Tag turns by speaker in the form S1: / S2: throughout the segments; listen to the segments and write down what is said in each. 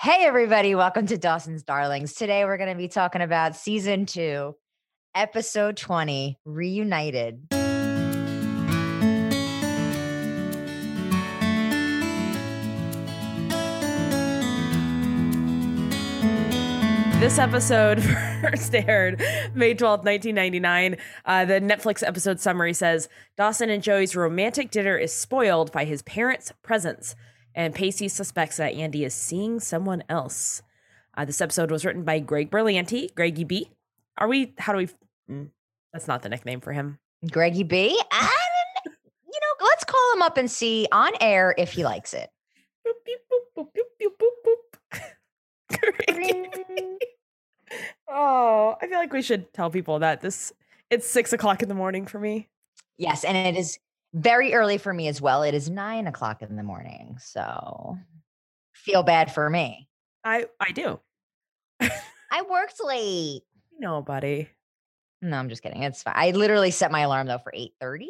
S1: Hey, everybody, welcome to Dawson's Darlings. Today, we're going to be talking about season two, episode 20, Reunited.
S2: This episode first aired May 12th, 1999. Uh, the Netflix episode summary says Dawson and Joey's romantic dinner is spoiled by his parents' presence, and Pacey suspects that Andy is seeing someone else. Uh, this episode was written by Greg Berlanti, Greggy B. Are we, how do we, mm, that's not the nickname for him.
S1: Greggy B, I didn't, you know, let's call him up and see on air if he likes it.
S2: Boop, beep, boop, boop, boop, boop, boop, boop. Greggy Oh, I feel like we should tell people that this it's six o'clock in the morning for me.
S1: Yes, and it is very early for me as well. It is nine o'clock in the morning. So feel bad for me.
S2: I I do.
S1: I worked late.
S2: No, buddy.
S1: No, I'm just kidding. It's fine. I literally set my alarm though for 8:30.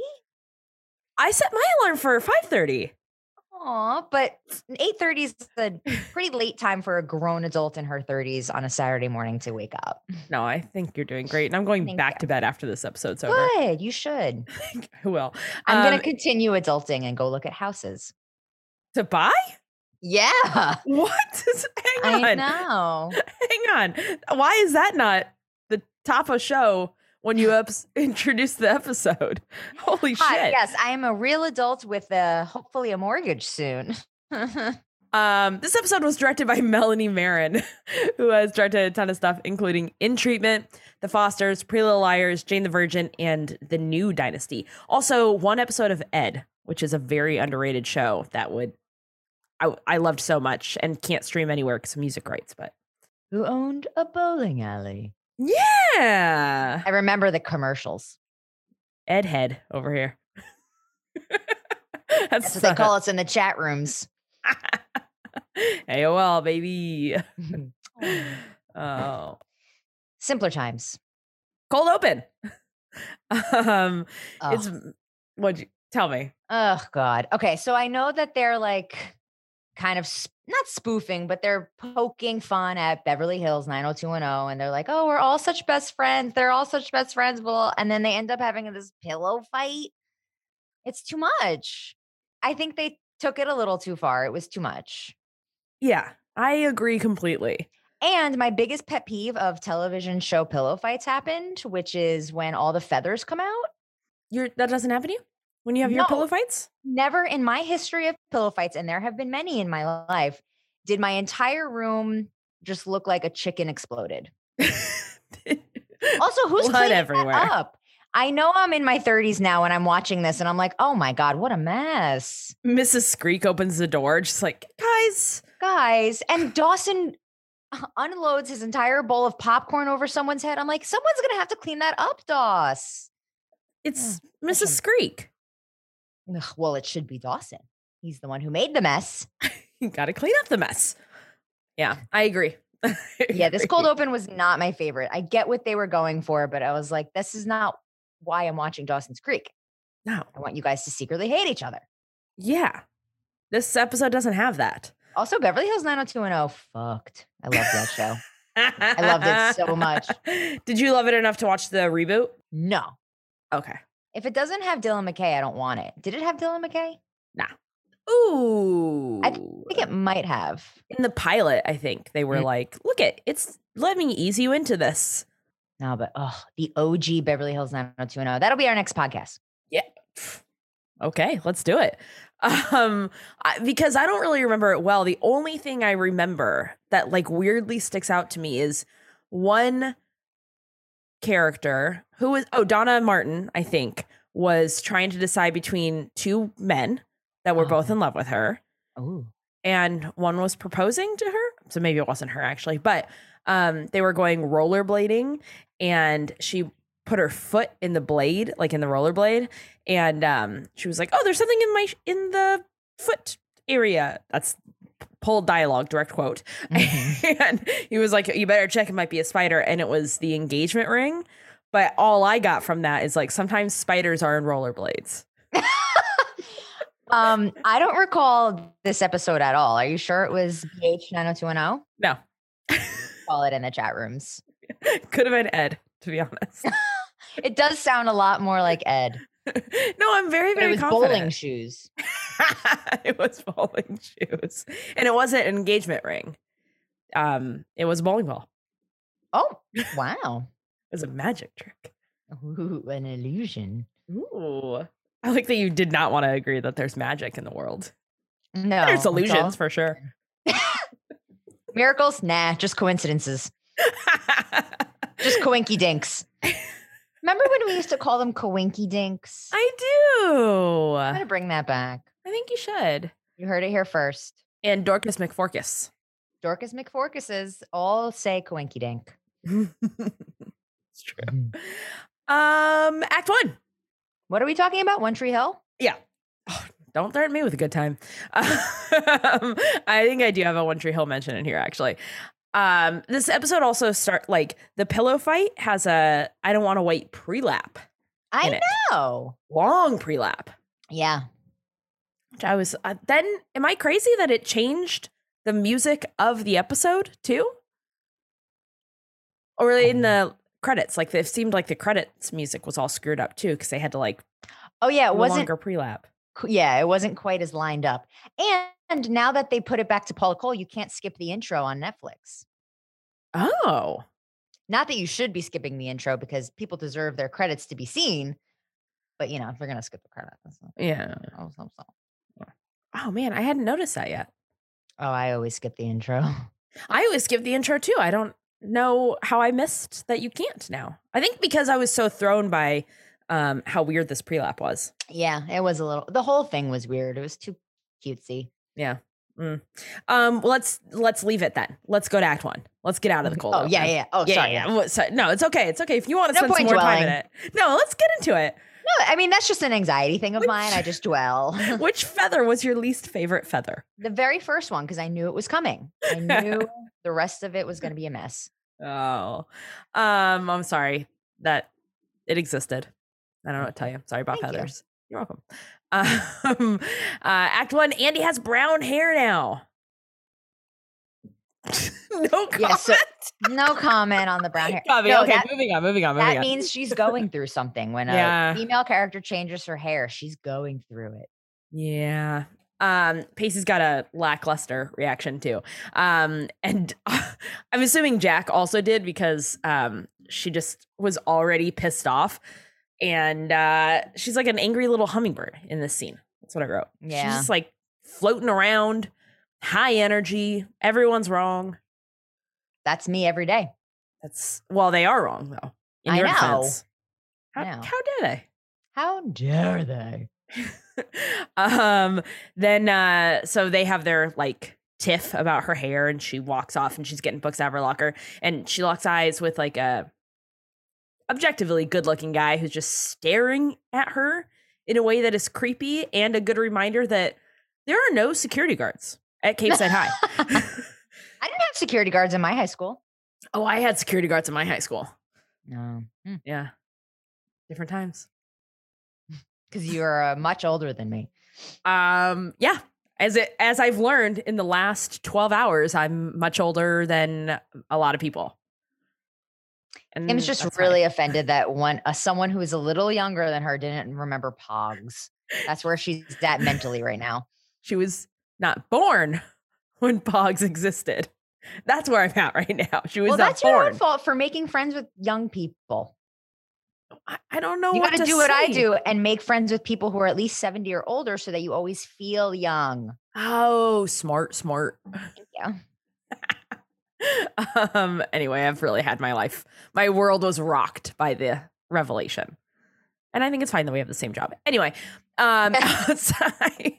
S2: I set my alarm for five thirty.
S1: Aw, but 8:30 is a pretty late time for a grown adult in her 30s on a Saturday morning to wake up.
S2: No, I think you're doing great, and I'm going
S1: Thank
S2: back
S1: you.
S2: to bed after this episode's over.
S1: Good. You should.
S2: I will.
S1: I'm
S2: Um,
S1: gonna continue adulting and go look at houses.
S2: to buy.
S1: Yeah.
S2: What? Hang on.
S1: I know.
S2: Hang on. Why is that not the top of show when you ups- introduce the episode? Holy
S1: Hi,
S2: shit!
S1: yes, I am a real adult with a hopefully a mortgage soon. That's
S2: Um, this episode was directed by Melanie Marin, who has directed a ton of stuff, including In Treatment, The Fosters, Pretty Little Liars, Jane the Virgin, and The New Dynasty. Also, one episode of Ed, which is a very underrated show that would I, I loved so much and can't stream anywhere because of music rights. But
S1: Who owned a bowling alley?
S2: yeah,
S1: I remember the commercials.
S2: Ed Head over here.
S1: That's what they call us in the chat rooms.
S2: AOL baby.
S1: Oh,
S2: Oh.
S1: Simpler times.
S2: cold open. um,
S1: Oh.
S2: it's what you tell me.
S1: Oh God. Okay, so I know that they're like kind of sp- not spoofing, but they're poking fun at Beverly Hills 90210, and they're like, "Oh, we're all such best friends. They're all such best friends." Well, and then they end up having this pillow fight. It's too much. I think they took it a little too far. It was too much.
S2: Yeah, I agree completely.
S1: And my biggest pet peeve of television show pillow fights happened, which is when all the feathers come out.
S2: Your that doesn't happen to you when you have your
S1: No.
S2: pillow fights.
S1: never in my history of pillow fights, and there have been many in my life, did my entire room just look like a chicken exploded. Also, who's
S2: Blood
S1: cleaning that
S2: everywhere.
S1: up? I know I'm in my 30s now, and I'm watching this, and I'm like, oh my god, what a mess,
S2: Mrs. Screek opens the door, just like guys.
S1: guys! And Dawson unloads his entire bowl of popcorn over someone's head. I'm like, someone's gonna have to clean that up, Doss. Mm,
S2: It's
S1: can-
S2: Mrs. Screek.
S1: Ugh, well, it should be Dawson. He's the one who made the mess.
S2: You got to clean up the mess. Yeah, I agree. I
S1: yeah, this
S2: agree.
S1: cold open was not my favorite. I get what they were going for, but I was like, this is not why I'm watching Dawson's Creek.
S2: No.
S1: I want you guys to secretly hate each other.
S2: Yeah, this episode doesn't have that.
S1: Also, Beverly Hills 90210 fucked. I love that show. I loved it so much.
S2: Did you love it enough to watch the reboot?
S1: No.
S2: Okay.
S1: If it doesn't have Dylan McKay, I don't want it. Did it have Dylan McKay?
S2: Ooh.
S1: I think it might have.
S2: in the pilot, I think they were
S1: Mm.
S2: like, look at it's let me ease you into this.
S1: No, but oh, the OG Beverly Hills 90210. That'll be our next podcast.
S2: Okay, let's do it. Um, I, because I don't really remember it well. The only thing I remember that like weirdly sticks out to me is one character who was oh Donna Martin, I think, was trying to decide between two men that were
S1: Oh.
S2: both in love with her.
S1: Oh,
S2: and one was proposing to her. So maybe it wasn't her actually, but um, they were going rollerblading and she put her foot in the blade, like in the rollerblade. And um, she was like, oh, there's something in my, in the foot area. That's pulled dialogue, direct quote.
S1: Mm-hmm.
S2: and he was like, you better check. It might be a spider. And it was the engagement ring. But all I got from that is like, sometimes spiders are in rollerblades.
S1: Um, I don't recall this episode at all. Are you sure it was BH 90210?
S2: No.
S1: oh? Call it in the chat rooms.
S2: Could have been Ed, to be honest.
S1: It does sound a lot more like Ed.
S2: no, I'm very,
S1: But it
S2: very
S1: was bowling
S2: confident.
S1: shoes.
S2: it was bowling shoes, and it wasn't an engagement ring. Um, it was a bowling ball.
S1: Oh, wow.
S2: It was a magic trick.
S1: Ooh, an illusion.
S2: Ooh, I like that you did not want to agree that there's magic in the world.
S1: No.
S2: there's
S1: that's all.
S2: illusions for sure.
S1: Miracles? Nah, just coincidences. Just coinky dinks. Remember when we used to call them coinky dinks?
S2: I do.
S1: I'm going to bring that back.
S2: I think you should.
S1: You heard it here first.
S2: And Dorcas McForcus.
S1: Dorcas McForcuses all say coinky dink.
S2: it's true. Um, Act One.
S1: What are we talking about? One Tree Hill?
S2: Don't threaten me with a good time. Um, I think I do have a One Tree Hill mention in here, actually. Um, this episode also start like the pillow fight has a I don't want to wait pre-lap,
S1: I
S2: In it.
S1: know.
S2: long pre-lap.
S1: Yeah.
S2: Which I was uh, then. Am I crazy that it changed the music of the episode too? Or in
S1: Um.
S2: the credits, like it seemed like the credits music was all screwed up too because they had to like
S1: Oh yeah, it
S2: no
S1: wasn't
S2: longer pre-lap.
S1: qu- yeah, it wasn't quite as lined up. And, now that they put it back to Paula Cole, you can't skip the intro on Netflix.
S2: Oh,
S1: Not that you should be skipping the intro because people deserve their credits to be seen. But you know, if they're gonna skip the credits, that's not-
S2: yeah.
S1: oh, so- so-
S2: Oh man, I hadn't noticed that yet.
S1: oh, I always skip the intro.
S2: I always give the intro too. I don't know how I missed that you can't now. I think because I was so thrown by um how weird this pre-lap was.
S1: Yeah, it was a little. The whole thing was weird. It was too cutesy.
S2: Um let's let's leave it then. Let's go to act 1. Let's get out of the cold.
S1: Oh
S2: open.
S1: yeah, yeah. Oh
S2: Yeah,
S1: sorry.
S2: yeah. Well, so- no, it's okay. It's okay. If you want to
S1: No
S2: spend some
S1: point
S2: more time in it. No, let's get into it.
S1: No, I mean that's just an anxiety thing of
S2: Which-
S1: mine. I just dwell.
S2: Which feather was your least favorite feather?
S1: the very first one because I knew it was coming. I knew the rest of it was going to be a mess.
S2: Oh. Um, I'm sorry that it existed. I don't know what to tell you. Sorry about
S1: Thank you.
S2: feathers. You. are welcome. Um, uh, act one, Andy has brown hair now. no comment.
S1: Yeah, so- No comment on the brown hair.
S2: Copy.
S1: No,
S2: okay,
S1: that,
S2: moving on, moving on, moving
S1: that
S2: on.
S1: means she's going through something. When a
S2: Yeah.
S1: female character changes her hair, she's going through it.
S2: Yeah. Um, Pacey's got a lackluster reaction too. Um, and I'm assuming Jack also did because um she just was already pissed off. And uh she's like an angry little hummingbird in this scene. That's what I wrote. She's
S1: Yeah.
S2: just like floating around, high energy, everyone's wrong.
S1: That's me every day.
S2: That's well, they are wrong though. In
S1: I
S2: your
S1: know.
S2: defense. How,
S1: I know.
S2: how dare they?
S1: How dare they?
S2: um then uh so they have their like tiff about her hair and she walks off and she's getting books out of her locker and she locks eyes with like a objectively good looking guy who's just staring at her in a way that is creepy and a good reminder that there are no security guards at Cape Side High.
S1: I didn't have security guards in my high school.
S2: oh, I had security guards in my high school.
S1: No,
S2: Yeah. Different times.
S1: because you are uh, much older than me.
S2: Um, yeah. As it as I've learned in the last twelve hours, I'm much older than a lot of people. And
S1: Kim's just
S2: Mm, that's fine.
S1: really offended that one uh, someone who is a little younger than her didn't remember Pogs. That's where she's at mentally right now.
S2: she was not born when Pogs existed. That's where I'm at right now. She was
S1: Well,
S2: not
S1: that's your
S2: born.
S1: own fault for making friends with young people.
S2: I, I don't know.
S1: you
S2: what
S1: got
S2: to
S1: to do what I
S2: say.
S1: do and make friends with people who are at least 70 or older so that you always feel young.
S2: Oh, smart, smart.
S1: you.
S2: um. Anyway, I've really had my life. My world was rocked by the revelation, and I think it's fine that we have the same job. Anyway, um, outside.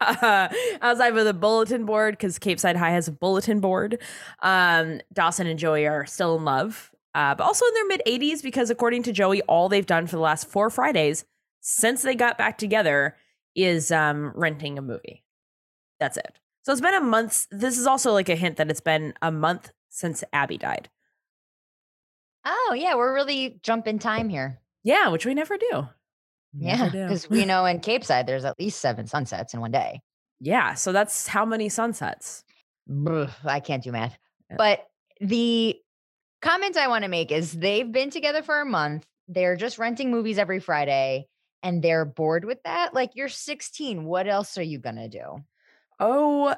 S2: Uh, outside of the bulletin board because Cape Side High has a bulletin board. Um, Dawson and Joey are still in love, uh, but also in their mid 80s because, according to Joey, all they've done for the last four Fridays since they got back together is um, renting a movie. That's it. So it's been a month. This is also like a hint that it's been a month since Abby died.
S1: Oh, yeah, we're really jumping time here.
S2: Yeah, which we never do.
S1: yeah,
S2: Never do.
S1: because we know in Cape Side there's at least seven sunsets in one day.
S2: Yeah. So that's how many sunsets.
S1: Bruh, I can't do math.
S2: Yeah.
S1: But the comment I want to make is they've been together for a month. They're just renting movies every Friday and they're bored with that. Like you're 16. What else are you going to do?
S2: Oh,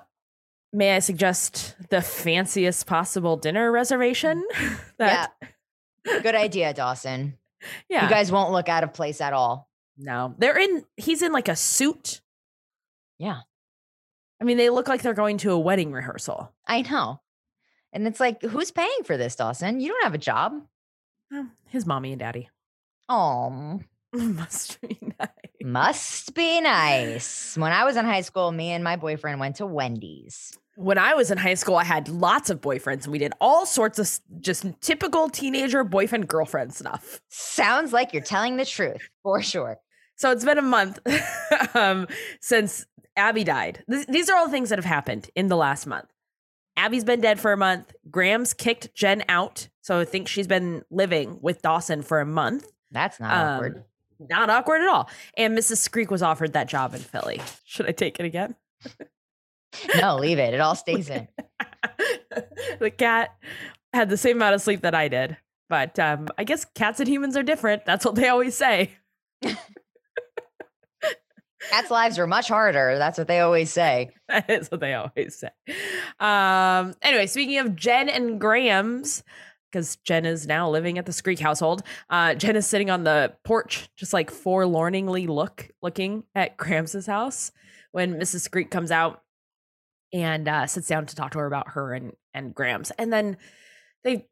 S2: may I suggest the fanciest possible dinner reservation? that,
S1: Good idea, Dawson.
S2: yeah.
S1: You guys won't look out of place at all.
S2: no, they're in, he's in like a suit.
S1: Yeah.
S2: I mean, they look like they're going to a wedding rehearsal.
S1: I know. And it's like, who's paying for this, Dawson? You don't have a job.
S2: Oh, his mommy and daddy.
S1: Oh,
S2: Must be nice.
S1: must be nice. When I was in high school, me and my boyfriend went to Wendy's.
S2: When I was in high school, I had lots of boyfriends and we did all sorts of s- just typical teenager boyfriend girlfriend stuff.
S1: Sounds like you're telling the truth for sure.
S2: So it's been a month um, since Abby died. Th- these are all things that have happened in the last month. Abby's been dead for a month. Graham's kicked Jen out. So I think she's been living with Dawson for a month.
S1: That's not
S2: Um,
S1: awkward.
S2: Not awkward at all. And Mrs. Screek was offered that job in Philly. Should I take it again?
S1: No, leave it. It all stays in.
S2: the cat had the same amount of sleep that I did. But um, I guess cats and humans are different. That's what they always say.
S1: Cats' lives are much harder. That's what they always say.
S2: That is what they always say. Um, anyway, speaking of Jen and Graham's, because Jen is now living at the Screek household, uh, Jen is sitting on the porch, just like forlorningly look looking at Graham's house when Mrs. Screek comes out and uh, sits down to talk to her about her and and Graham's. And then they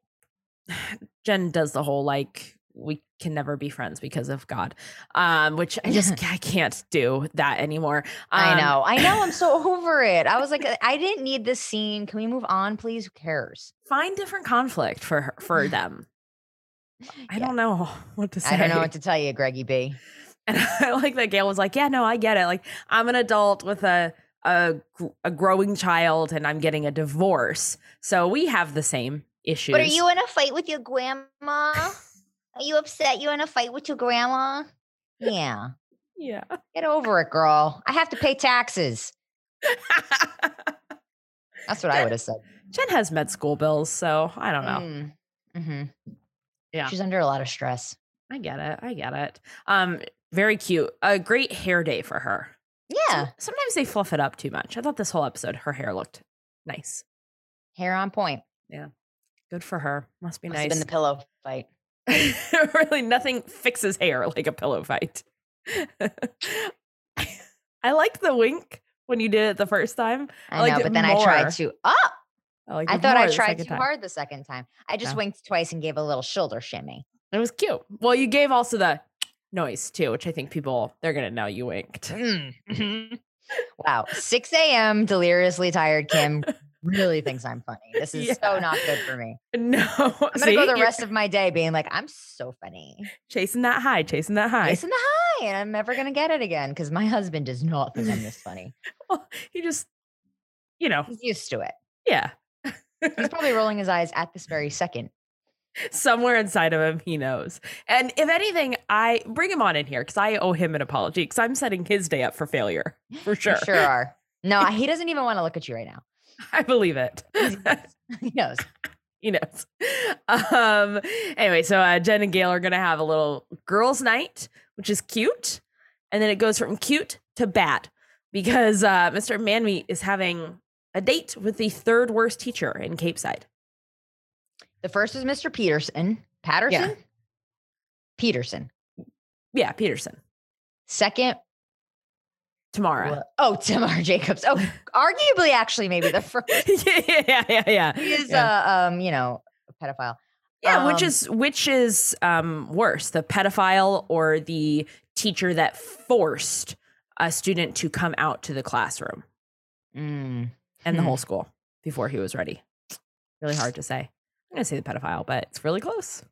S2: Jen does the whole like we can never be friends because of God, um, which I just I can't do that anymore.
S1: I
S2: Um,
S1: know. I know. I'm so over it. I was like, I didn't need this scene. Can we move on, please? Who cares?
S2: find different conflict for her, for them. I
S1: Yeah.
S2: don't know what to say.
S1: I don't know what to tell you, Greggy B.
S2: and I like that Gail was like, "Yeah, no, I get it. Like, I'm an adult with a a gr- a growing child, and I'm getting a divorce, so we have the same issues."
S3: But are you in a fight with your grandma? Are you upset you're in a fight with your grandma?
S1: Yeah.
S2: Yeah.
S1: Get over it, girl. I have to pay taxes. That's what I would have said.
S2: Jen has med school bills, so I don't know.
S3: Mm.
S1: Mm-hmm.
S2: Yeah.
S1: She's under a lot of stress.
S2: I get it. I get it. Um, very cute. A great hair day for her. Some-
S1: Yeah.
S2: Sometimes they fluff it up too much. I thought this whole episode, her hair looked nice.
S1: Hair on point.
S2: Good for her. Must be
S1: Must
S2: nice.
S1: have been the pillow fight.
S2: really nothing fixes hair like a pillow fight. I liked the wink when you did it the first time. I
S1: I,
S2: liked
S1: know,
S2: it
S1: but then I tried
S2: more.
S1: to. Oh,
S2: liked
S1: I
S2: it
S1: thought
S2: more
S1: I
S2: the
S1: tried
S2: second
S1: too
S2: time.
S1: hard the second time. I just
S2: No.
S1: winked twice and gave a little shoulder shimmy.
S2: It was cute. Well, you gave also the noise too, which I think people they're gonna know you winked.
S1: Mm,
S2: Mm-hmm.
S1: mhm. wow. 6 a.m. deliriously tired Kim really thinks I'm funny. This is so
S2: Yeah.
S1: not good for me.
S2: No,
S1: I'm going to go the
S2: you're
S1: rest of my day being like, I'm so funny.
S2: chasing that high, chasing that high.
S1: It's in the high, and I'm never going to get it again because my husband does not think I'm this funny.
S2: He just, you know,
S1: He's used to it.
S2: yeah.
S1: He's probably rolling his eyes at this very second.
S2: somewhere inside of him he knows and if anything i bring him on in here because i owe him an apology because i'm setting his day up for failure for
S1: You
S2: sure,
S1: sure are. No, he doesn't even want to look at you right now.
S2: i believe it
S1: He knows.
S2: he knows um anyway so uh, jen and gail are gonna have a little girls night which is cute and then it goes from cute to bad because uh mr manmeet is having a date with the third worst teacher in cape side
S1: The first was Mr. Peterson. Patterson? Peterson.
S2: yeah peterson
S1: Second
S2: tamara
S1: Well, Oh, Tamar Jacobs. Oh, arguably, actually, maybe the first
S2: yeah yeah yeah yeah
S1: is,
S2: Yeah.
S1: uh, um, you know, a pedophile.
S2: Yeah, which
S1: Um,
S2: is which is um worse, the pedophile or the teacher that forced a student to come out to the classroom
S1: Mm,
S2: and the whole school before he was ready. Really hard to say. I'm gonna say the pedophile, but it's really close.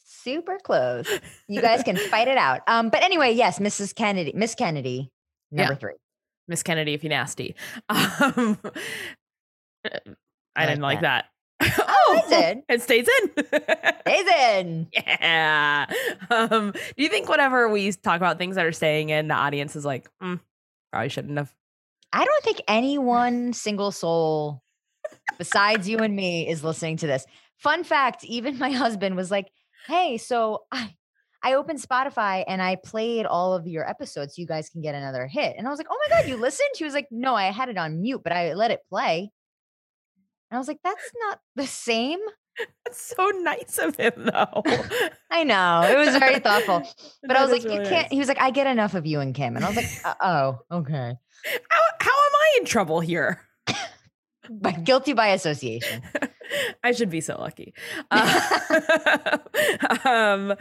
S1: super close. You guys can fight it out. Um, but anyway, yes, Mrs. Kennedy, Miss Kennedy, number three.
S2: Miss Kennedy, if you nasty. Um, I,
S1: I
S2: didn't
S1: like
S2: like that. oh,
S1: I did.
S2: it stays in.
S1: Jason.
S2: Yeah. Um, do you think whenever we talk about things that are staying in, the audience is like, mm, probably shouldn't have?
S1: I don't think any one single soul besides you and me is listening to this. Fun fact, even my husband was like, "Hey, so I I opened Spotify and I played all of your episodes so you guys can get another hit." And I was like, "Oh my god, you listened?" He was like, "No, I had it on mute, but I let it play." And I was like, "That's not the same."
S2: That's so nice of him, though.
S1: I know. It was very thoughtful. But I
S2: That
S1: was like,
S2: is really
S1: "You can't."
S2: nice.
S1: He was like, "I get enough of you and Kim." And I was like, "Oh, okay."
S2: How, how am I in trouble here? Mm-hmm.
S1: But guilty by association.
S2: I should be so lucky. Uh, um,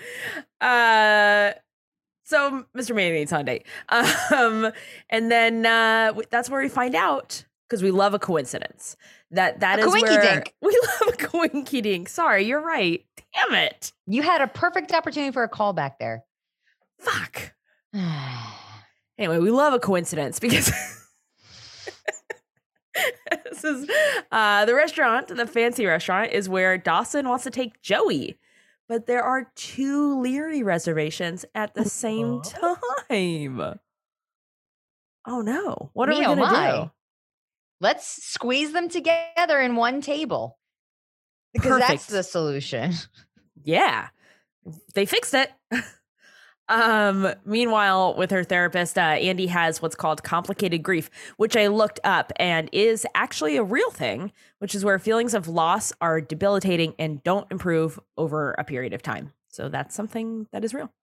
S2: uh, so, Mr. Mayonnaise Sunday. Um, and then uh, w- that's where we find out because we love a coincidence. That that
S1: A
S2: is where
S1: coinkydink.
S2: we love a coinky dink. Sorry, you're right. Damn it.
S1: You had a perfect opportunity for a call back there.
S2: Fuck.
S1: I
S2: Anyway, we love a coincidence because this is uh, the restaurant, the fancy restaurant, is where Dawson wants to take Joey, but there are two Leary reservations at the same time. Oh no! What are
S1: Me,
S2: we
S1: oh
S2: gonna
S1: my.
S2: do?
S1: Let's squeeze them together in one table. Because that's
S2: Perfect.
S1: the solution.
S2: Yeah, they fixed it. um. Meanwhile, with her therapist, uh, Andy has what's called complicated grief, which I looked up and is actually a real thing, which is where feelings of loss are debilitating and don't improve over a period of time. So that's something that is real.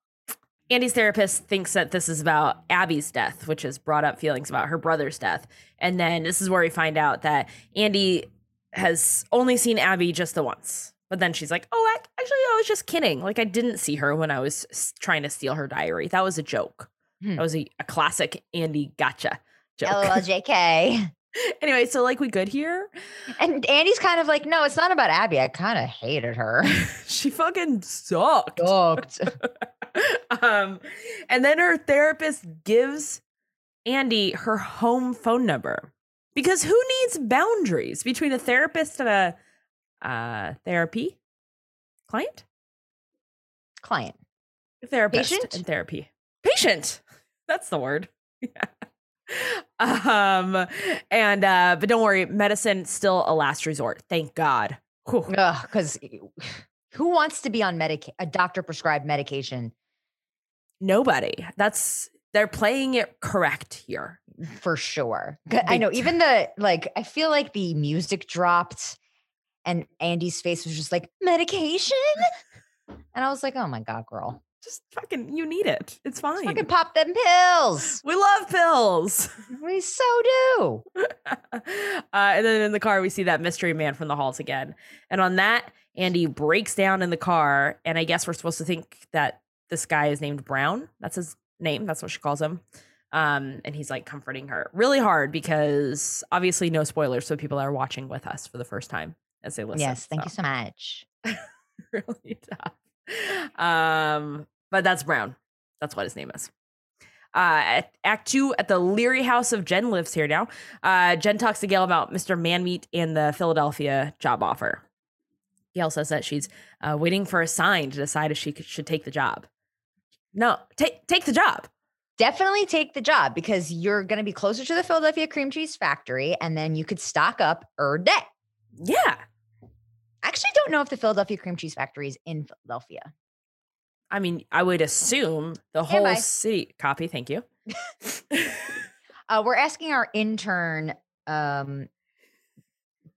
S2: Andy's therapist thinks that this is about Abby's death, which has brought up feelings about her brother's death. And then this is where we find out that Andy has only seen Abby just the once. But then she's like, oh, ac- actually, I was just kidding. Like, I didn't see her when I was s- trying to steal her diary. That was a joke.
S1: Hmm.
S2: That was a, a classic Andy gotcha joke.
S1: LOL JK.
S2: anyway, so like we good here.
S1: And Andy's kind of like, no, it's not about Abby. I kind of hated her.
S2: She fucking sucked.
S1: Sucked.
S2: um, and then her therapist gives Andy her home phone number because who needs boundaries between a therapist and a uh, therapy client?
S1: Client.
S2: Therapist
S1: Patient?
S2: and therapy. Patient. That's the word. Yeah. Um, and uh, but don't worry, medicine still a last resort. Thank God. Whew.
S1: Because eh, who wants to be on medic a doctor prescribed medication
S2: Nobody. That's they're playing it correct here.
S1: for sure. 'Cause I
S2: Big
S1: know
S2: ti-
S1: even the like I feel like the music dropped and Andy's face was just like medication. And I was like, oh my God, girl.
S2: Just fucking Oh, you need it. It's
S1: Just
S2: fine.
S1: Fucking pop them pills.
S2: We love pills.
S1: We so do.
S2: uh, and then in the car, we see that mystery man from the halls again. And on that, Andy breaks down in the car. And I guess we're supposed to think that this guy is named Brown. That's his name. That's what she calls him. Um, and he's like comforting her really hard because obviously no spoilers. So people are watching with us for the first time as they listen.
S1: yes, thank
S2: so
S1: you so much.
S2: really tough. Um, but that's Brown. That's what his name is. Uh, at Act Two at the Leary House of Jen lives here now. Uh, Jen talks to Gail about Mr. Manmeat and the Philadelphia job offer. Gail says that she's uh, waiting for a sign to decide if she could, should take the job. No, take take the job.
S1: Definitely take the job because you're going to be closer to the Philadelphia Cream Cheese Factory and then you could stock up or debt.
S2: Yeah,
S1: I actually don't know if the Philadelphia Cream Cheese Factory is in Philadelphia.
S2: I mean, I would assume the
S1: Stand
S2: whole
S1: by.
S2: city. Copy, thank you.
S1: Uh, we're asking our intern, um,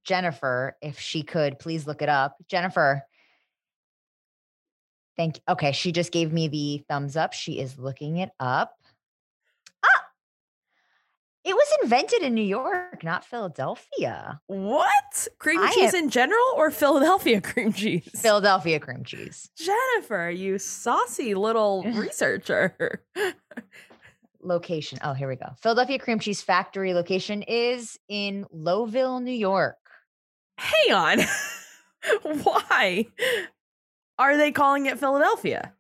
S1: Jennifer, if she could please look it up. Jennifer, thank. Okay, she just gave me the thumbs up. She is looking it up. Ah, it was invented in New York, not Philadelphia.
S2: What cream
S1: I
S2: cheese in general or Philadelphia cream cheese?
S1: Philadelphia cream cheese,
S2: Jennifer, you saucy little researcher.
S1: location. Oh, here we go. Philadelphia Cream Cheese Factory location is in Lowville, New York.
S2: Hang on. Why are they calling it Philadelphia?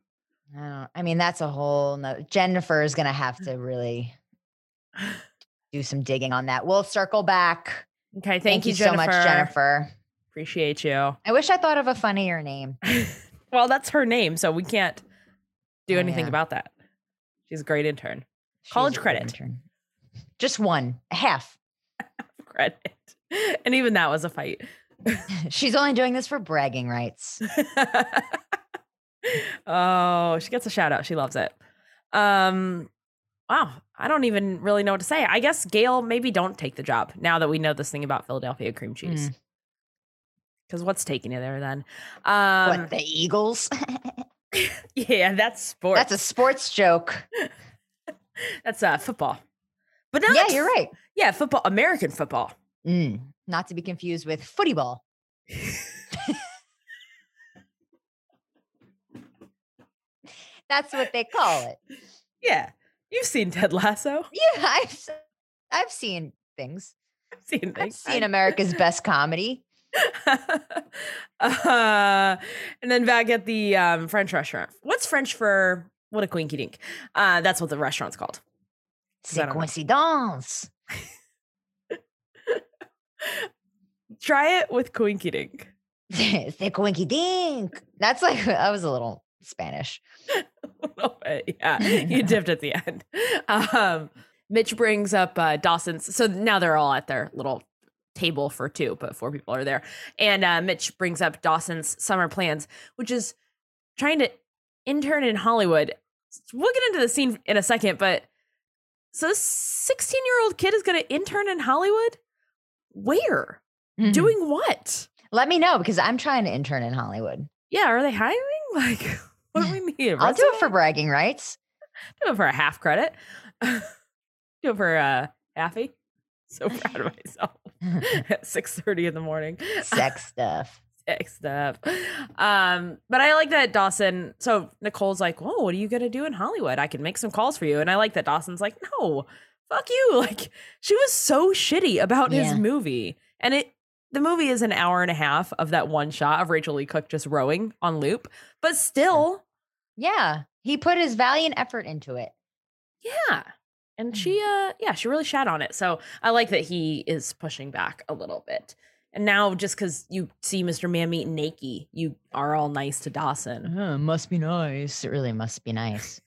S1: I don't. Oh, I mean, that's a whole. No, Jennifer is gonna have to really do some digging on that. We'll circle back.
S2: Okay, thank,
S1: Thank, you, so much, Jennifer.
S2: Appreciate you.
S1: I wish I thought of a funnier name.
S2: Well, that's her name, so we can't do
S1: Oh,
S2: anything
S1: yeah.
S2: about that. She's a great intern. College
S1: She's a good
S2: credit.
S1: intern. Just one, a half.
S2: Credit. And even that was a fight.
S1: She's only doing this for bragging rights.
S2: oh, she gets a shout out. She loves it. Um, wow. I don't even really know what to say. I guess Gail, maybe don't take the job now that we know this thing about Philadelphia cream cheese. Because what's taking you there then? Um,
S1: Mm. what the Eagles?
S2: yeah, that's sports.
S1: That's a sports joke.
S2: that's uh, football. But not,
S1: Yeah, you're right.
S2: Yeah, football, American football.
S1: Mm, Not to be confused with footy ball. That's what they call it.
S2: Yeah, you've seen Ted Lasso.
S1: Yeah, I've s- I've seen things.
S2: I've seen
S1: I've
S2: things.
S1: seen America's Best Comedy.
S2: uh, and then back at the um, French restaurant. What's French for? What a quinky dink. Uh, that's what the restaurant's called. I
S1: C'est
S2: don't know.
S1: coincidence.
S2: Try it with quinky dink.
S1: C'est coincidence. That's like I was a little Spanish.
S2: yeah, you dipped at the end. Um, Mitch brings up uh, Dawson's. So now they're all at their little table for two, but four people are there. And uh, Mitch brings up Dawson's summer plans, which is trying to intern in Hollywood. We'll get into the scene in a second, but so this 16 year old kid is going to intern in Hollywood? Where?
S1: Mhm.
S2: Doing what?
S1: Let me know because I'm trying to intern in Hollywood.
S2: Yeah, are they hiring? Like, what do we need? a
S1: I'll do it
S2: resume?
S1: for bragging rights.
S2: Do it for a half credit. Do it for a halfie. So proud of myself at six thirty in the morning.
S1: Sex stuff.
S2: Next up. Um, but I like that Dawson. So Nicole's like, "Whoa, what are you gonna do in Hollywood? I can make some calls for you." And I like that Dawson's like, "No, fuck you!" Like she was so shitty about
S1: Yeah.
S2: his movie, and it. The movie is an hour and a half of that one shot of Rachel Lee Cook just rowing on loop, but still,
S1: Yeah, he put his valiant effort into it.
S2: Yeah. And
S1: Mhm.
S2: she uh yeah, she really shat on it. So I like that he is pushing back a little bit. And now just cuz you see Mr. Mammy naked, you are all nice to Dawson.
S1: Uh, must be nice. It really must be nice.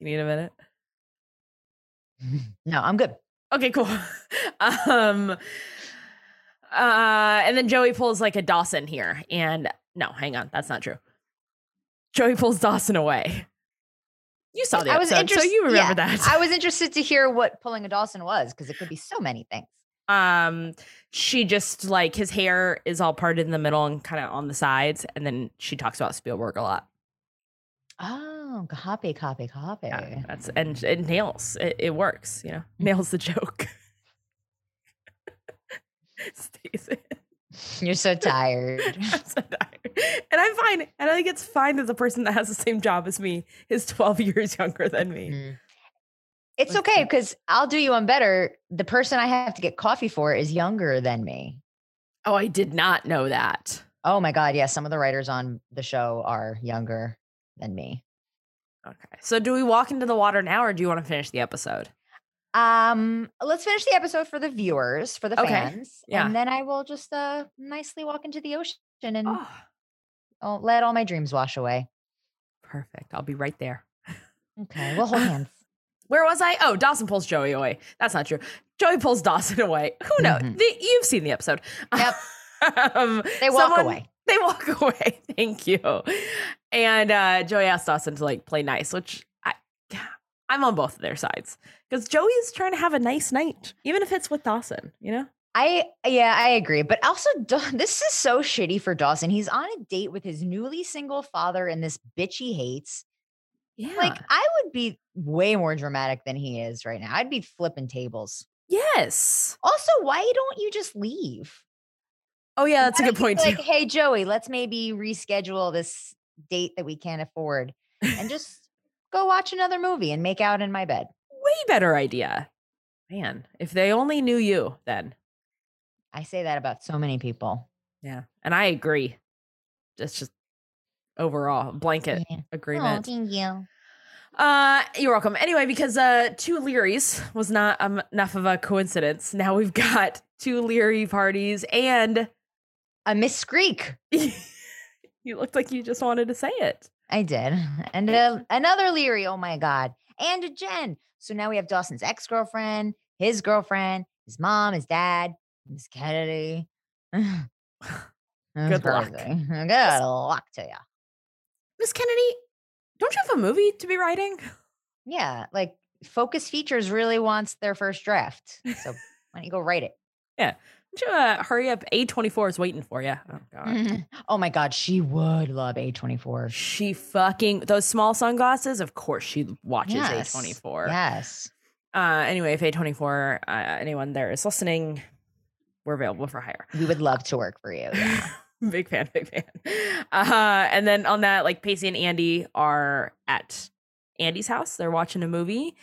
S2: You need a minute?
S1: no, I'm good.
S2: Okay, cool. um uh and then Joey pulls like a Dawson here and no, hang on, that's not true. Joey pulls Dawson away. You saw the
S1: I was
S2: episode, so
S1: interest-
S2: you remember
S1: yeah,
S2: that.
S1: I was interested to hear what pulling a Dawson was because it could be so many things.
S2: um she just like his hair is all parted in the middle and kind of on the sides and then she talks about spielberg a lot
S1: Oh, copy, copy, copy.
S2: yeah, that's and it nails it, it works you know nails the joke Stays in.
S1: You're so tired.
S2: I'm so tired. and i'm fine and i think it's fine that the person that has the same job as me is 12 years younger than me
S1: Mm. It's
S2: Let's
S1: okay
S2: see.
S1: because I'll do you one better. The person I have to get coffee for is younger than me.
S2: oh i did not know that
S1: Oh my God. Yeah. Some of the writers on the show are younger than me.
S2: okay so do we walk into the water now or do you want to finish the episode
S1: Um, let's finish the episode for the viewers, for the
S2: Okay,
S1: fans.
S2: yeah.
S1: And then I will just uh nicely walk into the ocean and
S2: oh
S1: I'll let all my dreams wash away.
S2: perfect i'll be right there
S1: Okay. We'll hold hands.
S2: Where was I? Oh, Dawson pulls Joey away. That's not true. Joey pulls Dawson away. Who knows?
S1: Mhm.
S2: The- you've seen the episode.
S1: Yep.
S2: um,
S1: They walk
S2: someone-
S1: away.
S2: They walk away. Thank you. And uh, Joey asks Dawson to like play nice, which I, I'm on both of their sides because Joey's trying to have a nice night, even if it's with Dawson. You know?
S1: I yeah, I agree. But also Daw- this is so shitty for Dawson. He's on a date with his newly single father and this bitch he hates.
S2: Yeah.
S1: Like I would be way more dramatic than he is right now. I'd be flipping tables.
S2: yes.
S1: Also, why don't you just leave?
S2: Oh yeah, that's a
S1: Why
S2: good
S1: don't you
S2: point
S1: be
S2: too.
S1: Like, hey Joey, let's maybe reschedule this date that we can't afford and just go watch another movie and make out in my bed.
S2: Way better idea. Man, if they only knew you then.
S1: I say that about so many people.
S2: Yeah. And I agree. It's just overall blanket
S1: Yeah. Oh,
S2: agreement.
S3: thank you.
S2: Uh you're welcome. Anyway, because uh two Learys was not um, enough of a coincidence. Now we've got two Leary parties, and
S1: A Miss Greek.
S2: you looked like you just wanted to say it.
S1: I did. And a, another Leary. Oh my God. And a Jen. So now we have Dawson's ex girlfriend, his girlfriend, his mom, his dad, Miss Kennedy. It was
S2: Good luck.
S1: crazy. Good luck to you.
S2: Miss Kennedy, don't you have a movie to be writing?
S1: Yeah. Like Focus Features really wants their first draft. So why don't you go write it?
S2: Don't you uh, hurry up? A24 is waiting for you. Oh, God.
S1: oh my God. She would love A24.
S2: she fucking, those small sunglasses, of course she watches
S1: Yes.
S2: A24.
S1: Yes.
S2: Uh, anyway, if A24, uh, anyone there is listening, we're available for hire.
S1: We would love to work for you. Yeah.
S2: big fan, big fan. Uh, and then on that, like Pacey and Andy are at Andy's house. They're watching a movie,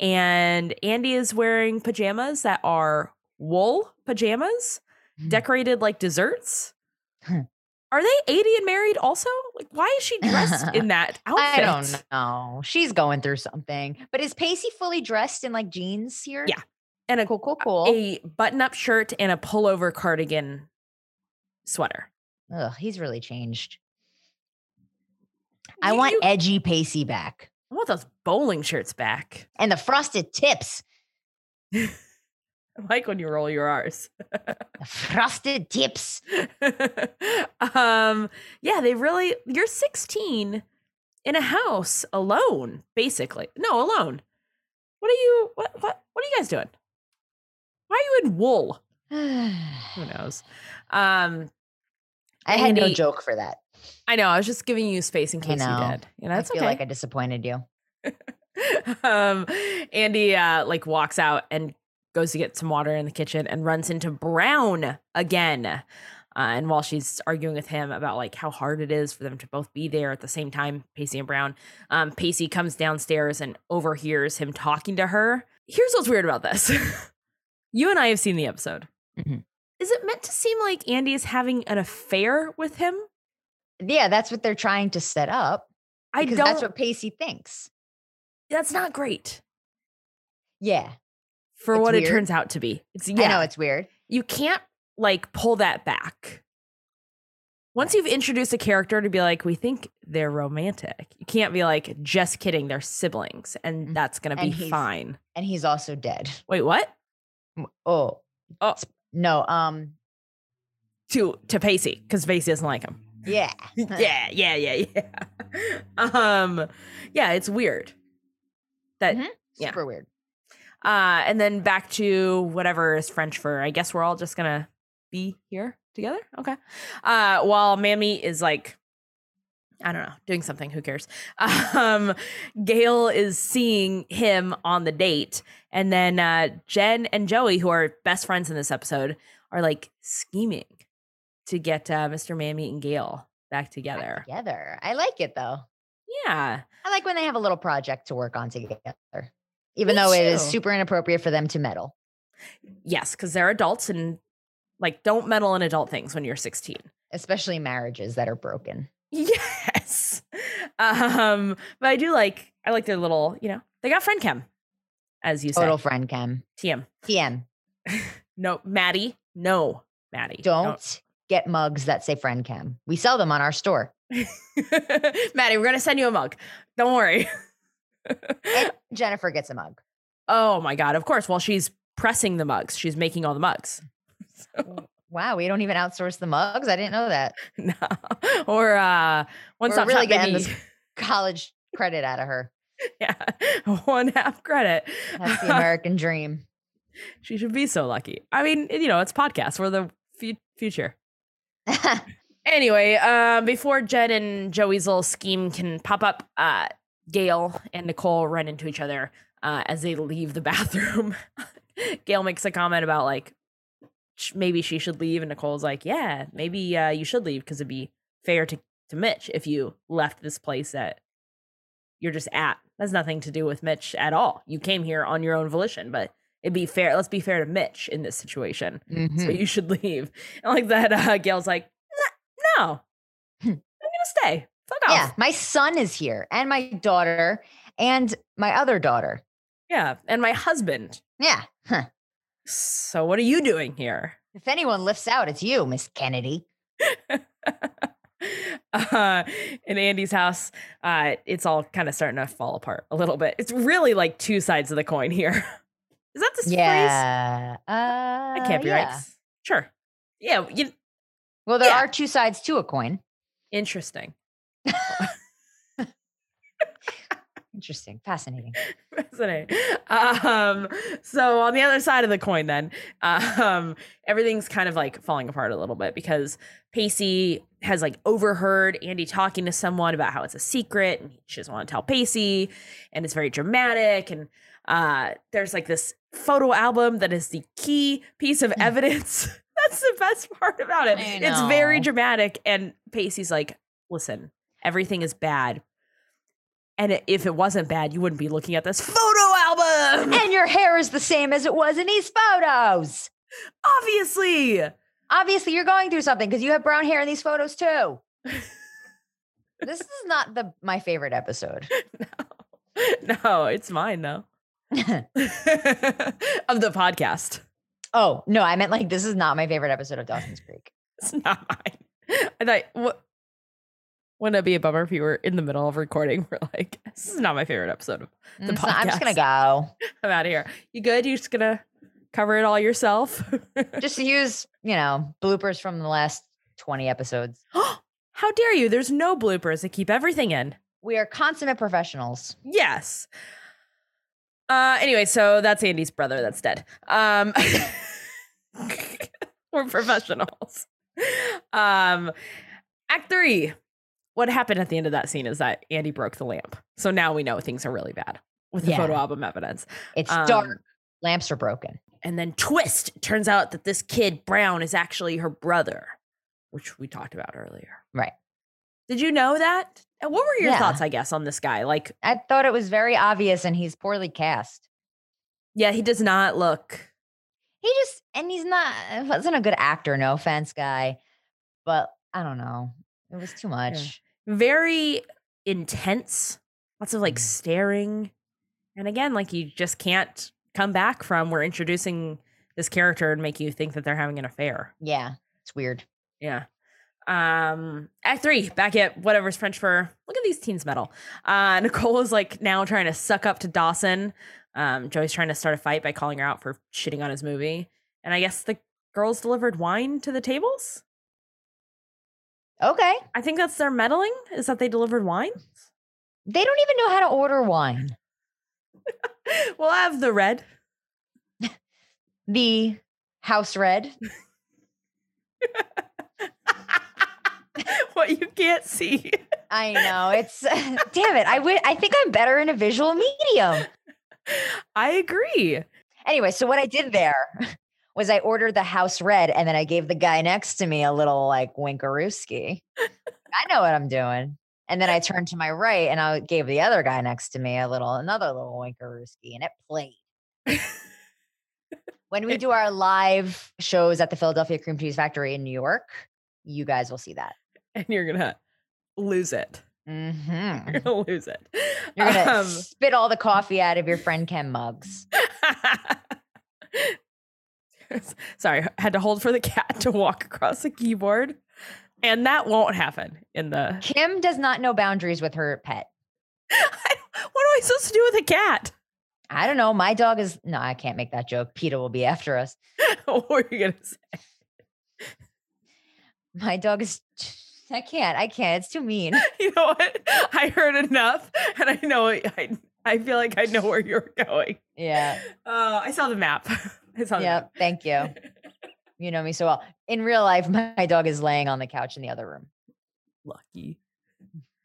S2: and Andy is wearing pajamas that are wool pajamas,
S1: Mhm.
S2: decorated like desserts.
S1: Huh.
S2: Are they 80 and married also? Like, why is she dressed in that
S1: I
S2: outfit?
S1: don't know. She's going through something. But is Pacey fully dressed in like jeans here?
S2: Yeah. And a,
S1: Cool, cool, cool.
S2: a button up shirt and a pullover cardigan sweater.
S1: Ugh, he's really changed. I
S2: You-
S1: want
S2: you-
S1: edgy Pacey back
S2: I want those bowling shirts back.
S1: and the frosted tips.
S2: I like when you roll your R's.
S1: The frosted tips.
S2: um yeah they really you're 16 in a house alone basically no alone what are you what what what are you guys doing why are you in wool who
S1: I
S2: knows um
S1: had no
S2: Andy,
S1: joke for that.
S2: i know i was just giving you space in
S1: I
S2: case you
S1: know.
S2: did you know that's
S1: I feel
S2: okay
S1: like I disappointed you.
S2: um andy uh like walks out and goes to get some water in the kitchen and runs into brown again uh, and while she's arguing with him about like how hard it is for them to both be there at the same time pacey and brown um pacey comes downstairs and overhears him talking to her here's what's weird about this you and i have seen the episode
S1: Mhm.
S2: is it meant to seem like andy is having an affair with him
S1: Yeah, that's what they're trying to set up.
S2: i
S1: because
S2: don't
S1: That's what Pacey thinks.
S2: that's not great
S1: Yeah,
S2: for
S1: It's
S2: what it
S1: weird.
S2: turns out to be it's yeah
S1: I know it's weird.
S2: you can't like pull that back. Once you've introduced a character to be like, we think they're romantic, you can't be like, just kidding, they're siblings, and
S1: Mhm.
S2: that's gonna
S1: And
S2: be
S1: he's-
S2: fine.
S1: And he's also dead.
S2: Wait, what?
S1: M- Oh,
S2: Oh.
S1: it's- no. Um,
S2: To to Pacey, because Pacey doesn't like him.
S1: yeah,
S2: yeah, yeah, yeah, yeah. um, yeah, it's weird. That
S1: Mhm.
S2: Yeah.
S1: super weird.
S2: uh, and then back to whatever is French for. I guess we're all just gonna be here together. Okay. Uh, while Mammy is like, I don't know, doing something. Who cares? Um, Gail is seeing him on the date, and then uh, Jen and Joey, who are best friends in this episode, are like scheming to get uh, Mr. Mammy and Gail back
S1: Back
S2: together.
S1: Together, I like it though.
S2: Yeah.
S1: I like when they have a little project to work on together, even
S2: Me
S1: though it is
S2: too.
S1: super inappropriate for them to meddle.
S2: Yes, because they're adults and like don't meddle in adult things when you're 16.
S1: Especially marriages that are broken.
S2: Yes. Um, but I do like I like their little, you know, they got friend chem, as you said.
S1: Total friend cam.
S2: TM.
S1: TM.
S2: No, Maddie. No, Maddie.
S1: Don't, get mugs that say friend cam. We sell them on our store.
S2: Maddie, we're gonna send you a mug. Don't worry.
S1: And Jennifer gets a mug.
S2: oh my god, of course. While she's pressing the mugs, she's making all the mugs.
S1: Wow, we don't even outsource the mugs. I didn't know that.
S2: no. Or uh one
S1: We're
S2: stop
S1: really
S2: shop
S1: getting
S2: baby.
S1: College credit out of her.
S2: yeah. One half credit.
S1: That's the American dream.
S2: She should be so lucky. I mean, you know, it's podcasts. We're the fu- future. Anyway, um, before Jed and Joey's little scheme can pop up, uh, Gail and Nicole run into each other uh, as they leave the bathroom. Gail makes a comment about like sh- maybe she should leave, and Nicole's like, "Yeah, maybe uh, you should leave because it'd be fair to to Mitch if you left this place that you're just at. That's nothing to do with Mitch at all. You came here on your own volition, but it'd be fair. Let's be fair to Mitch in this situation." so
S1: Mhm.
S2: you should leave. And like that, uh, Gail's like, "Nah, no,
S1: Hmm.
S2: I'm gonna stay. Fuck
S1: Yeah,
S2: off.
S1: my son is here and my daughter and my other daughter.
S2: Yeah. And my husband.
S1: Yeah. Huh.
S2: So what are you doing here?
S1: If anyone lifts out, it's you, Miss Kennedy.
S2: uh, in Andy's house, uh, it's all kind of starting to fall apart a little bit. It's really like two sides of the coin here. Is that this phrase?
S1: Yeah. Uh,
S2: That can't be
S1: yeah.
S2: right. Sure. Yeah. You,
S1: Well, there
S2: Yeah.
S1: are two sides to a coin.
S2: interesting.
S1: Interesting. Fascinating.
S2: Fascinating. Um, so on the other side of the coin, then um, everything's kind of like falling apart a little bit because Pacey has like overheard Andy talking to someone about how it's a secret and she doesn't want to tell Pacey, and it's very dramatic. And uh, there's like this photo album that is the key piece of evidence. That's the best part about it.
S1: Hmm. I
S2: It's very
S1: know.
S2: dramatic, and Pacey's like, "Listen, everything is bad, and i- if it wasn't bad, you wouldn't be looking at this photo album.
S1: and your hair is the same as it was in these photos.
S2: Obviously.
S1: Obviously, you're going through something because you have brown hair in these photos too. this is not the my favorite episode.
S2: No, it's mine though. of the podcast.
S1: Oh no, I meant like this is not my favorite episode of Dawson's Creek.
S2: It's not mine. I thought what wouldn't it be a bummer if you were in the middle of recording? We're like, this is not my favorite episode. of-
S1: Mm, it's not- I'm just gonna go.
S2: I'm out of here. You good? You just gonna cover it all yourself?
S1: Just use you know bloopers from the last 20 episodes.
S2: How dare you? There's no bloopers. They keep everything in.
S1: We are consummate professionals.
S2: Yes. Uh anyway, so that's Andy's brother that's dead. Um We're professionals. Um Act 3. What happened at the end of that scene is that Andy broke the lamp. So now we know things are really bad with the
S1: Yeah.
S2: photo album evidence.
S1: It's
S2: Um,
S1: dark. Lamps are broken.
S2: And then twist, turns out that this kid Brown is actually her brother, which we talked about earlier.
S1: Right.
S2: Did you know that? And What were your
S1: Yeah.
S2: thoughts, I guess, on this guy? Like,
S1: I thought it was very obvious, and he's poorly cast.
S2: yeah, he does not look
S1: He just and he's not eh, wasn't a good actor. No offense, guy, but I don't know. It was too much.
S2: very intense, lots of like
S1: Mhm.
S2: staring. And again, like you just can't come back from we're introducing this character and make you think that they're having an affair.
S1: Yeah, it's weird.
S2: Yeah. Um Act three, back at whatever's French for look at these teens metal. Uh Nicole is like now trying to suck up to Dawson. Um Joey's trying to start a fight by calling her out for shitting on his movie. And I guess the girls delivered wine to the tables.
S1: Okay,
S2: I think that's their meddling, is that they delivered wine.
S1: they don't even know how to order wine.
S2: we'll have the red.
S1: The house red.
S2: what you can't see.
S1: I know it's. damn it! I wi- I think I'm better in a visual medium.
S2: I agree.
S1: Anyway, so what I did there was I ordered the house red, and then I gave the guy next to me a little like winkarooski. I know what I'm doing. And then I turned to my right, and I gave the other guy next to me a little another little winkarooski, and it played. when we do our live shows at the Philadelphia Cream Cheese Factory in New York, you guys will see that.
S2: And you're gonna lose it.
S1: hmm
S2: You're gonna lose it.
S1: You're gonna
S2: Um,
S1: spit all the coffee out of your friend Ken mugs.
S2: Sorry, had to hold for the cat to walk across the keyboard. And that won't happen in the
S1: Kim does not know boundaries with her pet.
S2: What am I supposed to do with a cat?
S1: I don't know. My dog is no, I can't make that joke. PETA will be after us.
S2: what were you gonna say?
S1: My dog is I can't. I can't. It's too mean.
S2: You know what? I heard enough and I know I I feel like I know where you're going.
S1: Yeah.
S2: Uh, I saw the map. I saw the map.
S1: Yep. Thank you. You know me so well. In real life, my dog is laying on the couch in the other room.
S2: Lucky.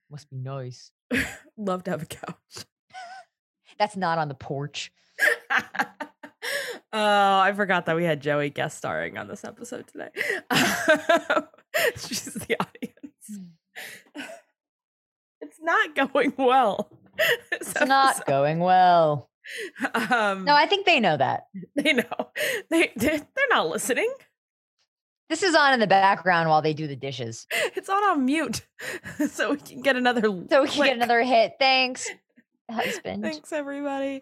S1: Must be nice.
S2: Love to have a couch.
S1: That's not on the porch.
S2: oh, I forgot that we had Joey guest starring on this episode today. She's the audience.
S1: Hmm.
S2: It's not going well. This
S1: It's not
S2: episode.
S1: going well.
S2: Um,
S1: No, I think they know that.
S2: they know. They, they, they're not listening.
S1: This is on in the background while they do the dishes.
S2: It's on on mute. So we can get another.
S1: So we can
S2: click.
S1: get another hit. Thanks. husband.
S2: Thanks, everybody.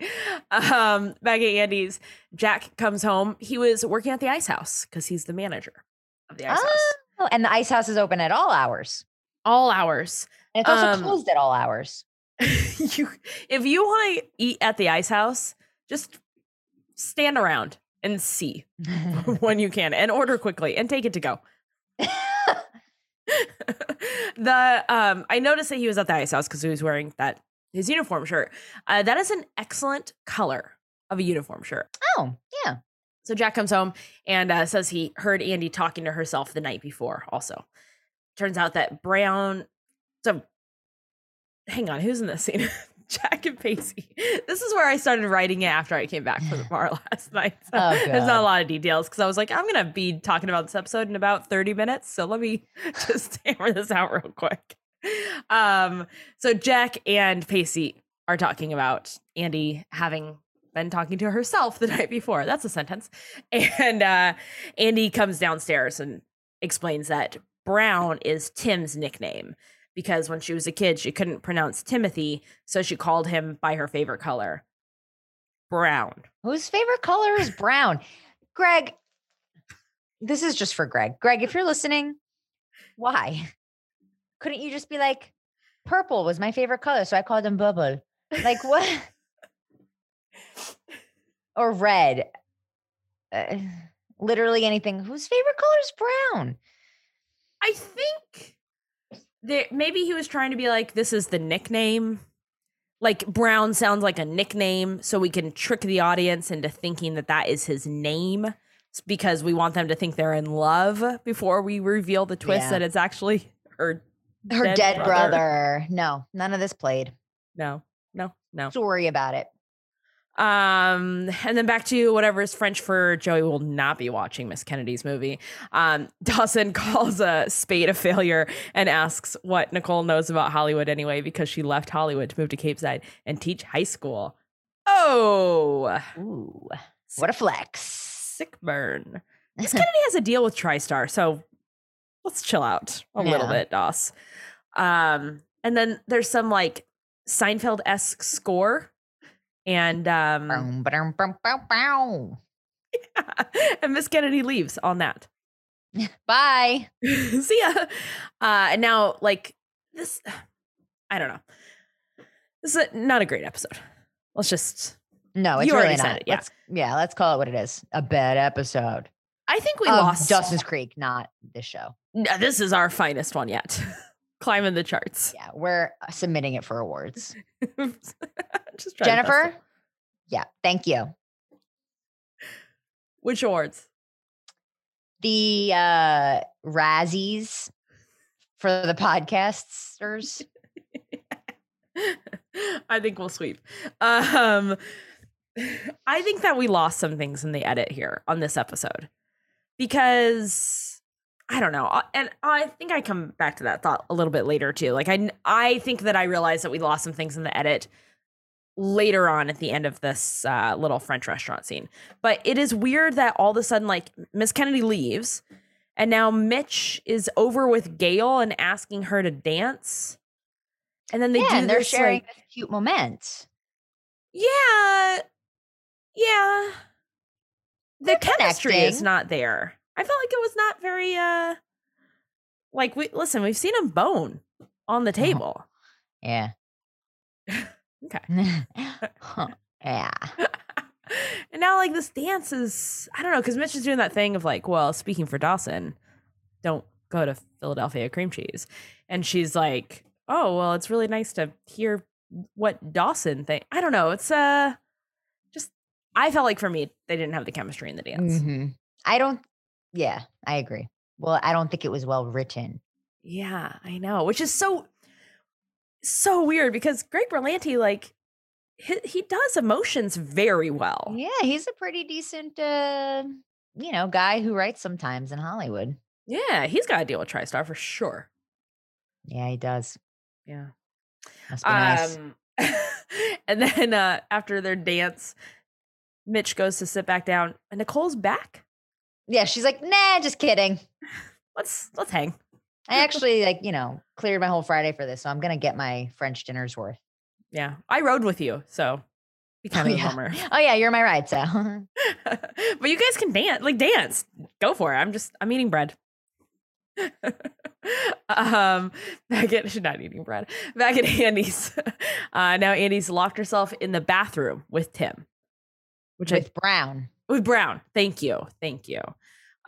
S2: Um, back at Andy's, Jack comes home. He was working at the ice house because he's the manager of the ice house.
S1: Oh, and the ice house is open at all hours.
S2: All hours.
S1: And it's also
S2: Um,
S1: closed at all hours.
S2: you, if you want to eat at the ice house, just stand around and see when you can and order quickly and take it to go. the um I noticed that he was at the ice house because he was wearing that his uniform shirt. Uh, that is an excellent color of a uniform shirt.
S1: oh, yeah.
S2: So Jack comes home and uh, says he heard Andy talking to herself the night before. Also, turns out that Brown. So, hang on, who's in this scene? Jack and Pacey. This is where I started writing it after I came back from the bar last night. So
S1: Oh,
S2: there's not
S1: God.
S2: a lot of details because I was like, I'm gonna be talking about this episode in about 30 minutes. So let me just hammer this out real quick. Um, so Jack and Pacey are talking about Andy having been talking to herself the night before. That's a sentence. And uh, Andy comes downstairs and explains that Brown is Tim's nickname because when she was a kid, she couldn't pronounce Timothy, so she called him by her favorite color, brown.
S1: Whose favorite color is brown? Greg, this is just for Greg. Greg, if you're listening, why? Couldn't you just be like, purple was my favorite color, so I called him bubble? Like, what? or red. Uh, literally anything. Whose favorite color is brown?
S2: I think that maybe he was trying to be like, this is the nickname. Like Brown sounds like a nickname, so we can trick the audience into thinking that that is his name s- because we want them to think they're in love before we reveal the twist
S1: Yeah.
S2: that it's actually her.
S1: Her
S2: Dead
S1: dead,
S2: brother.
S1: brother. No, none of this played.
S2: No, no, no.
S1: Don't worry about it.
S2: Um, and then back to whatever is French for Joey will not be watching Miss Kennedy's movie. Um, Dawson calls a spade a failure and asks what Nicole knows about Hollywood anyway, because she left Hollywood to move to Cape Side and teach high school. Oh,
S1: Ooh, what a flex.
S2: sick burn. Miss Kennedy has a deal with TriStar, so let's chill out a little
S1: Yeah.
S2: bit, Doss. Um, and then there's some like Seinfeld esque score. And um,
S1: Boom, ba-dum, bum, bow, bow.
S2: and Miss Kennedy leaves on that.
S1: Bye.
S2: See ya. Uh, and now, like this, I don't know. This is a, not a great episode. Let's just.
S1: No, it's
S2: You already
S1: really
S2: said
S1: not.
S2: it, yeah.
S1: Let's, yeah, let's call it what it is. A bad episode.
S2: I think we
S1: of
S2: lost.
S1: Dustin's Creek, not this show.
S2: No, this is our finest one yet. Climbing the charts.
S1: Yeah, we're uh, submitting it for awards.
S2: just trying to bust
S1: Jennifer?
S2: it.
S1: Yeah, thank you.
S2: which awards?
S1: The uh Razzies for the podcasters.
S2: I think we'll sweep. Um, I think that we lost some things in the edit here on this episode because I don't know, I- and I think I come back to that thought a little bit later too. Like I, I think that I realized that we lost some things in the edit later on at the end of this uh, little French restaurant scene. But it is weird that all of a sudden, like Miss Kennedy leaves, and now Mitch is over with Gail and asking her to dance. And then they
S1: yeah,
S2: do
S1: and they're
S2: this,
S1: sharing
S2: like-
S1: this cute moment.
S2: yeah. Yeah. The
S1: They're
S2: chemistry is
S1: connecting.
S2: not there. I felt like it was not very uh like we listen, we've seen him bone on the table.
S1: Yeah. okay. yeah.
S2: and now like this dance is I don't know, because Mitch is doing that thing of like, well, speaking for Dawson, don't go to Philadelphia cream cheese. And she's like, Oh, well, it's really nice to hear what Dawson think. I don't know. It's uh just I felt like for me they didn't have the chemistry in the dance.
S1: Mhm. I don't yeah, I agree. Well, I don't think it was well written.
S2: Yeah, I know, which is so so weird because Greg Berlanti like he, he does emotions very well.
S1: Yeah, he's a pretty decent, uh, you know, guy who writes sometimes in Hollywood.
S2: Yeah, he's got to deal with TriStar for sure.
S1: Yeah, he does.
S2: Yeah.
S1: Must be nice.
S2: Um and then uh after their dance Mitch goes to sit back down and Nicole's back.
S1: Yeah, she's like, nah, just kidding.
S2: Let's let's hang.
S1: I actually like, you know, cleared my whole Friday for this, so I'm gonna get my French dinner's worth.
S2: Yeah. I rode with you, so be kind
S1: Oh,
S2: of a
S1: yeah.
S2: bummer.
S1: Oh yeah, you're my ride, so
S2: but you guys can dance, like dance. Go for it. I'm just I'm eating bread. um back at she's not eating bread. Back at Andy's. Uh now Andy's locked herself in the bathroom with Tim. Which I
S1: with Brown.
S2: with Brown. Thank you. Thank you.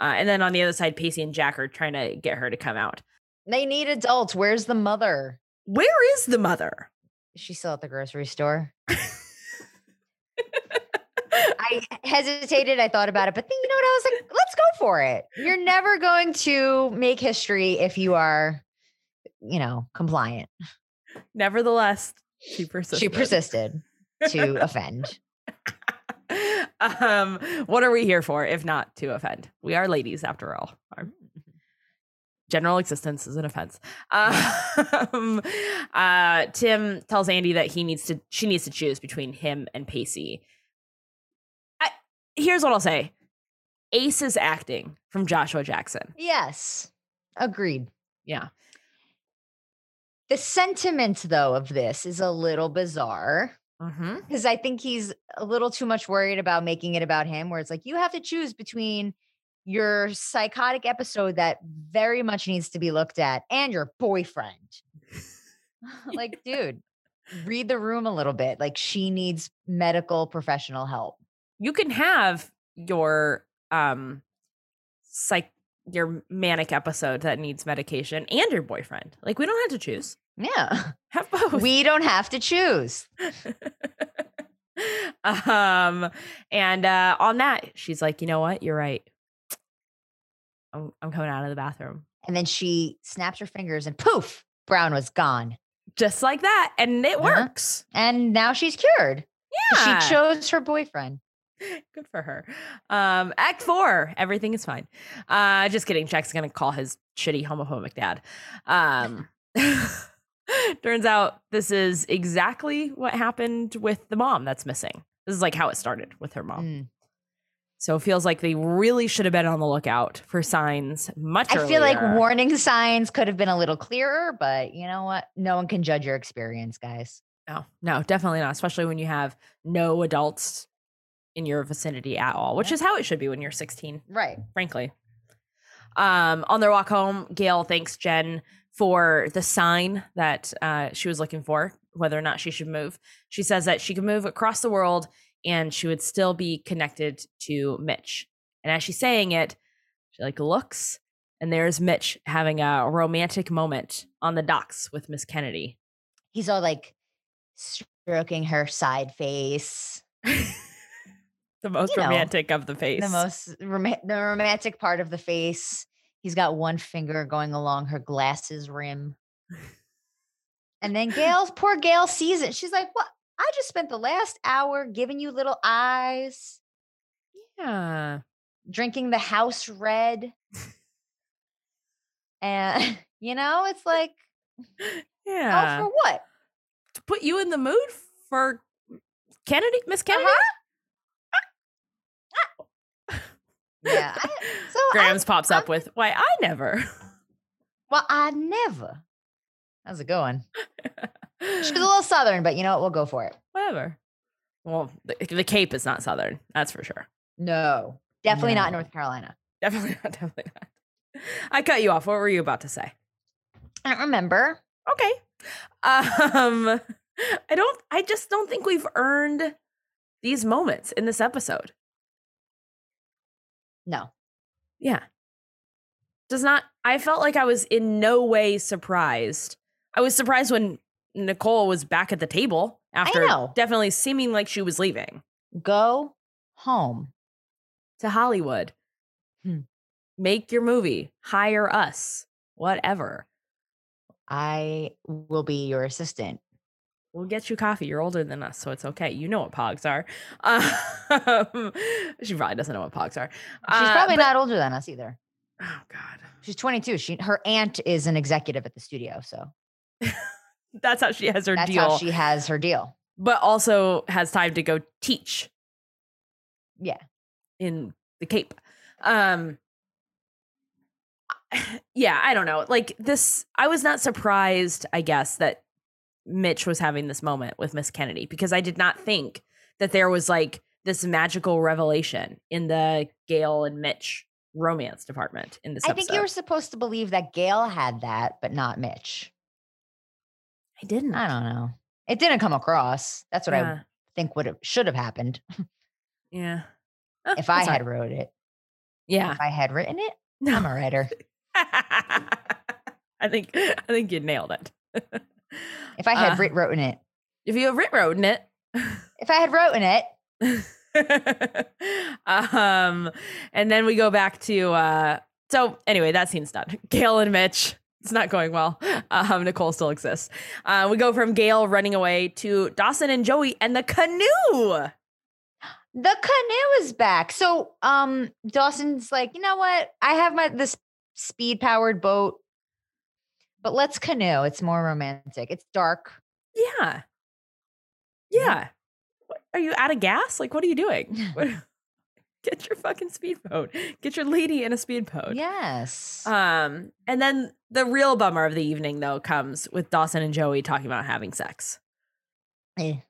S2: Uh, and then on the other side, Pacey and Jack are trying to get her to come out.
S1: They need adults. Where's the mother?
S2: Where is the mother?
S1: Is she still at the grocery store? I hesitated. I thought about it, but then you know what? I was like, let's go for it. You're never going to make history if you are, you know, compliant.
S2: Nevertheless, she persists.
S1: She persisted to offend.
S2: um, what are we here for if not to offend? We are ladies after all. Our general existence is an offense. Um, uh, Tim tells Andy that he needs to she needs to choose between him and Pacey. I, here's what I'll say. Ace is acting from Joshua Jackson.
S1: Yes. Agreed.
S2: Yeah.
S1: The sentiment, though, of this is a little bizarre
S2: Mm-hmm.
S1: because I think he's a little too much worried about making it about him, where it's like you have to choose between your psychotic episode that very much needs to be looked at and your boyfriend. like, dude, read the room a little bit. Like, she needs medical professional help.
S2: you can have your um psych your manic episode that needs medication and your boyfriend. Like we don't have to choose.
S1: Yeah.
S2: Have both.
S1: We don't have to choose.
S2: um and uh on that she's like, "You know what? You're right. I'm I'm coming out of the bathroom."
S1: And then she snaps her fingers and poof, Brown was gone.
S2: Just like that and it
S1: Uh-huh.
S2: works.
S1: And now she's cured.
S2: Yeah.
S1: She chose her boyfriend.
S2: Good for her. Um, act four, everything is fine. Uh, just kidding. Jack's gonna call his shitty homophobic dad. Um, turns out this is exactly what happened with the mom that's missing. This is like how it started with her mom.
S1: Mm.
S2: So it feels like they really should have been on the lookout for signs much
S1: I feel like
S2: earlier.
S1: warning signs could have been a little clearer, but you know what? No one can judge your experience, guys.
S2: No, no, definitely not. Especially when you have no adults in your vicinity at all, which
S1: Yeah.
S2: is how it should be when you're 16.
S1: Right.
S2: frankly. Um, on their walk home, Gail thanks Jen for the sign that uh, she was looking for, whether or not she should move. She says that she could move across the world and she would still be connected to Mitch. And as she's saying it, she like looks and there's Mitch having a romantic moment on the docks with Miss Kennedy.
S1: He's all like stroking her side face.
S2: The most
S1: You know,
S2: romantic of the face.
S1: The most rom- the romantic part of the face. He's got one finger going along her glasses rim. And then Gail's poor Gail sees it. She's like, "What? I just spent the last hour giving you little eyes."
S2: yeah.
S1: drinking the house red. and you know, it's like,
S2: Yeah. Uh-huh.
S1: oh, for what?
S2: to put you in the mood for Kennedy, Miss Kennedy.
S1: Uh-huh. Yeah. I, Ah! so I,
S2: Grams pops up with, "Why I never."
S1: well, I never. How's it going? She's a little southern, but you know what? We'll go for it.
S2: Whatever. Well, the, the Cape is not Southern. That's for sure.
S1: No, definitely not
S2: No.
S1: North Carolina.
S2: Definitely not. Definitely not. I cut you off. What were you about to say?
S1: I don't remember.
S2: Okay. Um, I don't. I just don't think we've earned these moments in this episode.
S1: No.
S2: Yeah. Does not I felt like I was in no way surprised. I was surprised when Nicole was back at the table after
S1: know.
S2: definitely seeming like she was leaving
S1: Go home.
S2: to Hollywood.
S1: Hmm.
S2: Make your movie, hire us, whatever.
S1: I will be your assistant.
S2: We'll get you coffee. You're older than us, so it's okay. You know what pogs are. Um, she probably doesn't know what pogs are.
S1: She's
S2: Uh,
S1: probably
S2: but-
S1: not older than us either.
S2: Oh God,
S1: She's 22. She her aunt is an executive at the studio, so
S2: that's how she has her
S1: that's
S2: deal.
S1: how she has her deal.
S2: but also has time to go teach.
S1: Yeah.
S2: In the Cape. Um yeah, I don't know. Like this I was not surprised, I guess, that Mitch was having this moment with Miss Kennedy because I did not think that there was like this magical revelation in the Gail and Mitch romance department in this
S1: I
S2: episode.
S1: think you were supposed to believe that Gail had that, but not Mitch.
S2: I didn't.
S1: I don't know. It didn't come across. That's what I
S2: Hmm. yeah.
S1: think would have should have happened
S2: yeah. Huh,
S1: if I
S2: that's all
S1: had
S2: right.
S1: wrote it.
S2: Yeah.
S1: If I had written it, I'm
S2: No.
S1: a writer.
S2: I think I think you nailed it.
S1: If I had
S2: Uh,
S1: writ written it,
S2: if you have writ wrote it,
S1: if I had written it,
S2: um, and then we go back to uh, so anyway, that scene's done. Gail and Mitch. It's not going well. Um, Nicole still exists. Uh, we go from Gail running away to Dawson and Joey and the canoe.
S1: the canoe is back. So um Dawson's like, you know what? I have my this speed powered boat, but let's canoe. It's more romantic. It's dark.
S2: Yeah, yeah. What, are you out of gas? Like, what are you doing? What- get your fucking speedboat. Get your lady in a speedboat.
S1: Yes.
S2: Um, and then the real bummer of the evening though comes with Dawson and Joey talking about having sex.
S1: Eh,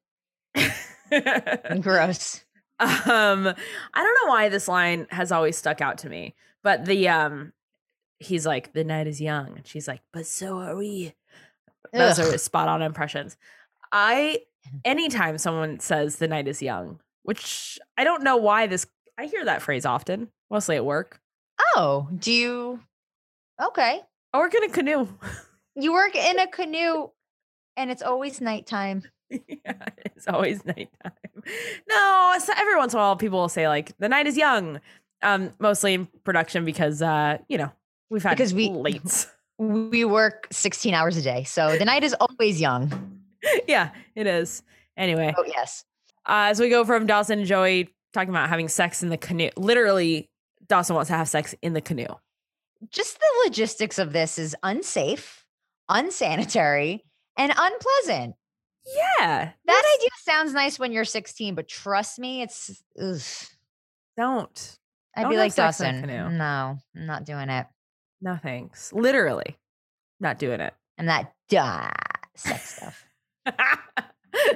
S2: um,
S1: Gross.
S2: I don't know why this line has always stuck out to me, but the um, he's like, "The night is young," and she's like, "But so are we." Those
S1: Ugh.
S2: are spot on impressions. I anytime someone says "the night is young," which I don't know why this, I hear that phrase often, mostly at work
S1: Oh, do you okay.
S2: or in a canoe.
S1: You work in a canoe and it's always nighttime.
S2: yeah, it's always nighttime. No, so every once in a while, people will say like the night is young. Um, mostly in production because uh, you know we've had
S1: Because we-
S2: late.
S1: We work 16 hours a day. So the night is always young.
S2: yeah, it is. Anyway,
S1: Oh, yes.
S2: uh, as we go from Dawson and Joey talking about having sex in the canoe, literally Dawson wants to have sex in the canoe.
S1: Just the logistics of this is unsafe, unsanitary, and unpleasant.
S2: Yeah,
S1: That idea sounds nice when you're 16, but trust me, it's. Ugh.
S2: don't.
S1: I'd
S2: Don't
S1: be
S2: have
S1: like
S2: sex in a
S1: Dawson.
S2: canoe."
S1: No, I'm not doing it.
S2: No thanks. Literally, not doing it.
S1: I'm not duh, sex stuff.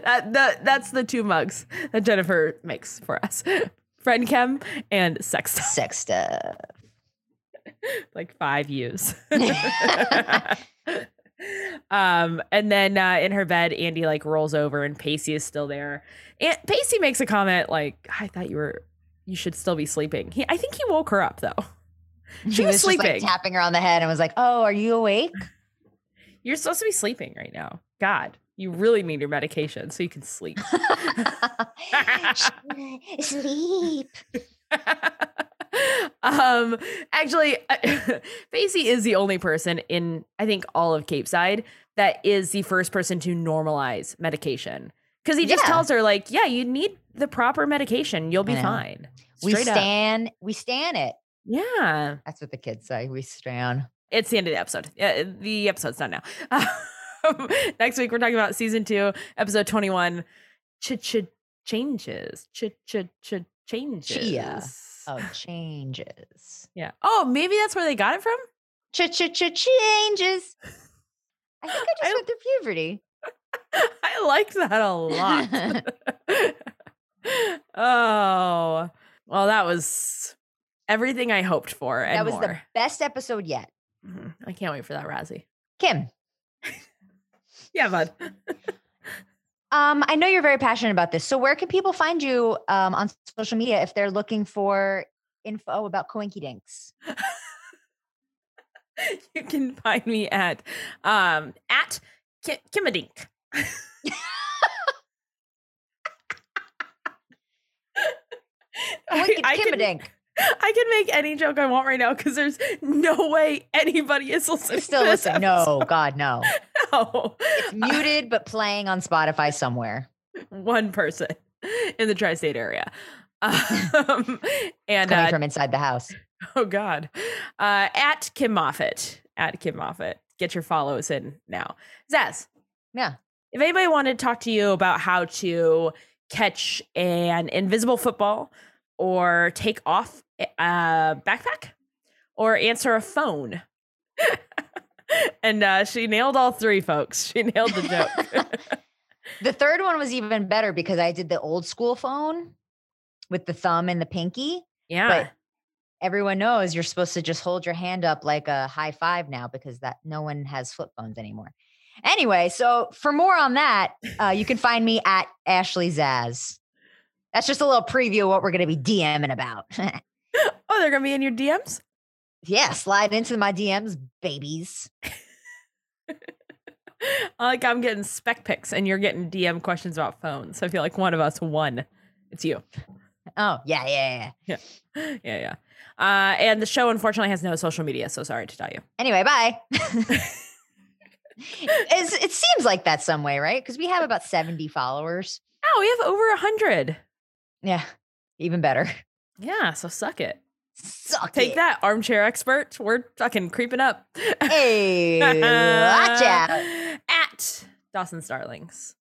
S2: that, that- that's the two mugs that Jennifer makes for us. Friend chem and sex stuff,
S1: sex stuff.
S2: like five U's. um, and then uh, in her bed, Andy like rolls over and Pacey is still there. And Pacey makes a comment like, I thought you were you should still be sleeping. He I think he woke her up though. She
S1: He
S2: was
S1: just, like,
S2: sleeping.
S1: tapping her on the head and was like, "Oh, are you awake?"
S2: You're supposed to be sleeping right now. God, you really need your medication so you can sleep.
S3: Sleep.
S2: um actually Pacey is the only person in I think all of Cape Side that is the first person to normalize medication cuz he just
S1: Yeah.
S2: tells her like yeah you need the proper medication you'll be
S1: I know.
S2: fine
S1: We
S2: Straight up.
S1: stand. We stand it.
S2: yeah
S1: That's what the kids say. We stand.
S2: it's the end of the episode Uh, the episode's done now next week we're talking about season 2 episode 21 ch ch changes ch ch ch changes
S1: Oh, changes.
S2: Yeah. Oh, maybe that's where they got it from.
S1: Ch ch ch changes. I think I just
S2: I-
S1: went through puberty.
S2: I like that a lot. oh, well, that was everything I hoped for and
S1: that was the
S2: more.
S1: best episode yet.
S2: Mhm. I can't wait for that, Razzie.
S1: Kim,
S2: Yeah, bud.
S1: um, I know you're very passionate about this. So where can people find you um, on social media if they're looking for info about Coinky Dinks?
S2: You can find me at um at Ki- Kimmerdink. I,
S1: Coinky
S2: I can,
S1: Kimadink.
S2: I can make any joke I want right now because there's no way anybody is listening.
S1: Still
S2: to this
S1: listen. No, God, no.
S2: episode.
S1: It's muted but playing on Spotify somewhere.
S2: one person in the tri-state area. Um, and
S1: Coming
S2: uh,
S1: from inside the house.
S2: oh god, uh, at Kim Moffitt, at Kim Moffitt, get your follows in now. Zaz,
S1: Yeah.
S2: If anybody wanted to talk to you about how to catch an invisible football or take off eh, uh, a backpack or answer a phone, and uh, she nailed all three, folks. She nailed the joke.
S1: The third one was even better because I did the old school phone with the thumb and the pinky.
S2: yeah.
S1: Everyone knows you're supposed to just hold your hand up like a high five now because that no one has flip phones anymore. Anyway, so for more on that, uh, you can find me at Ashley Zaz. That's just a little preview of what we're going to be DMing about.
S2: oh, they're gonna be in your DMs.
S1: yeah, slide into my DMs, babies.
S2: like I'm getting spec pics, and you're getting DM questions about phones. I feel like one of us won. It's you.
S1: Oh, yeah, yeah, yeah.
S2: yeah, yeah. Uh, and the show unfortunately has no social media, so sorry to tell you.
S1: Anyway, bye. It's- it seems like that some way, right? Because we have about 70 followers.
S2: Oh, we have over a hundred.
S1: Yeah, even better.
S2: Yeah, so suck it.
S1: Suck
S2: Take
S1: it.
S2: that, armchair expert. We're fucking creeping up.
S1: Hey, watch out.
S2: At Dawson Starlings.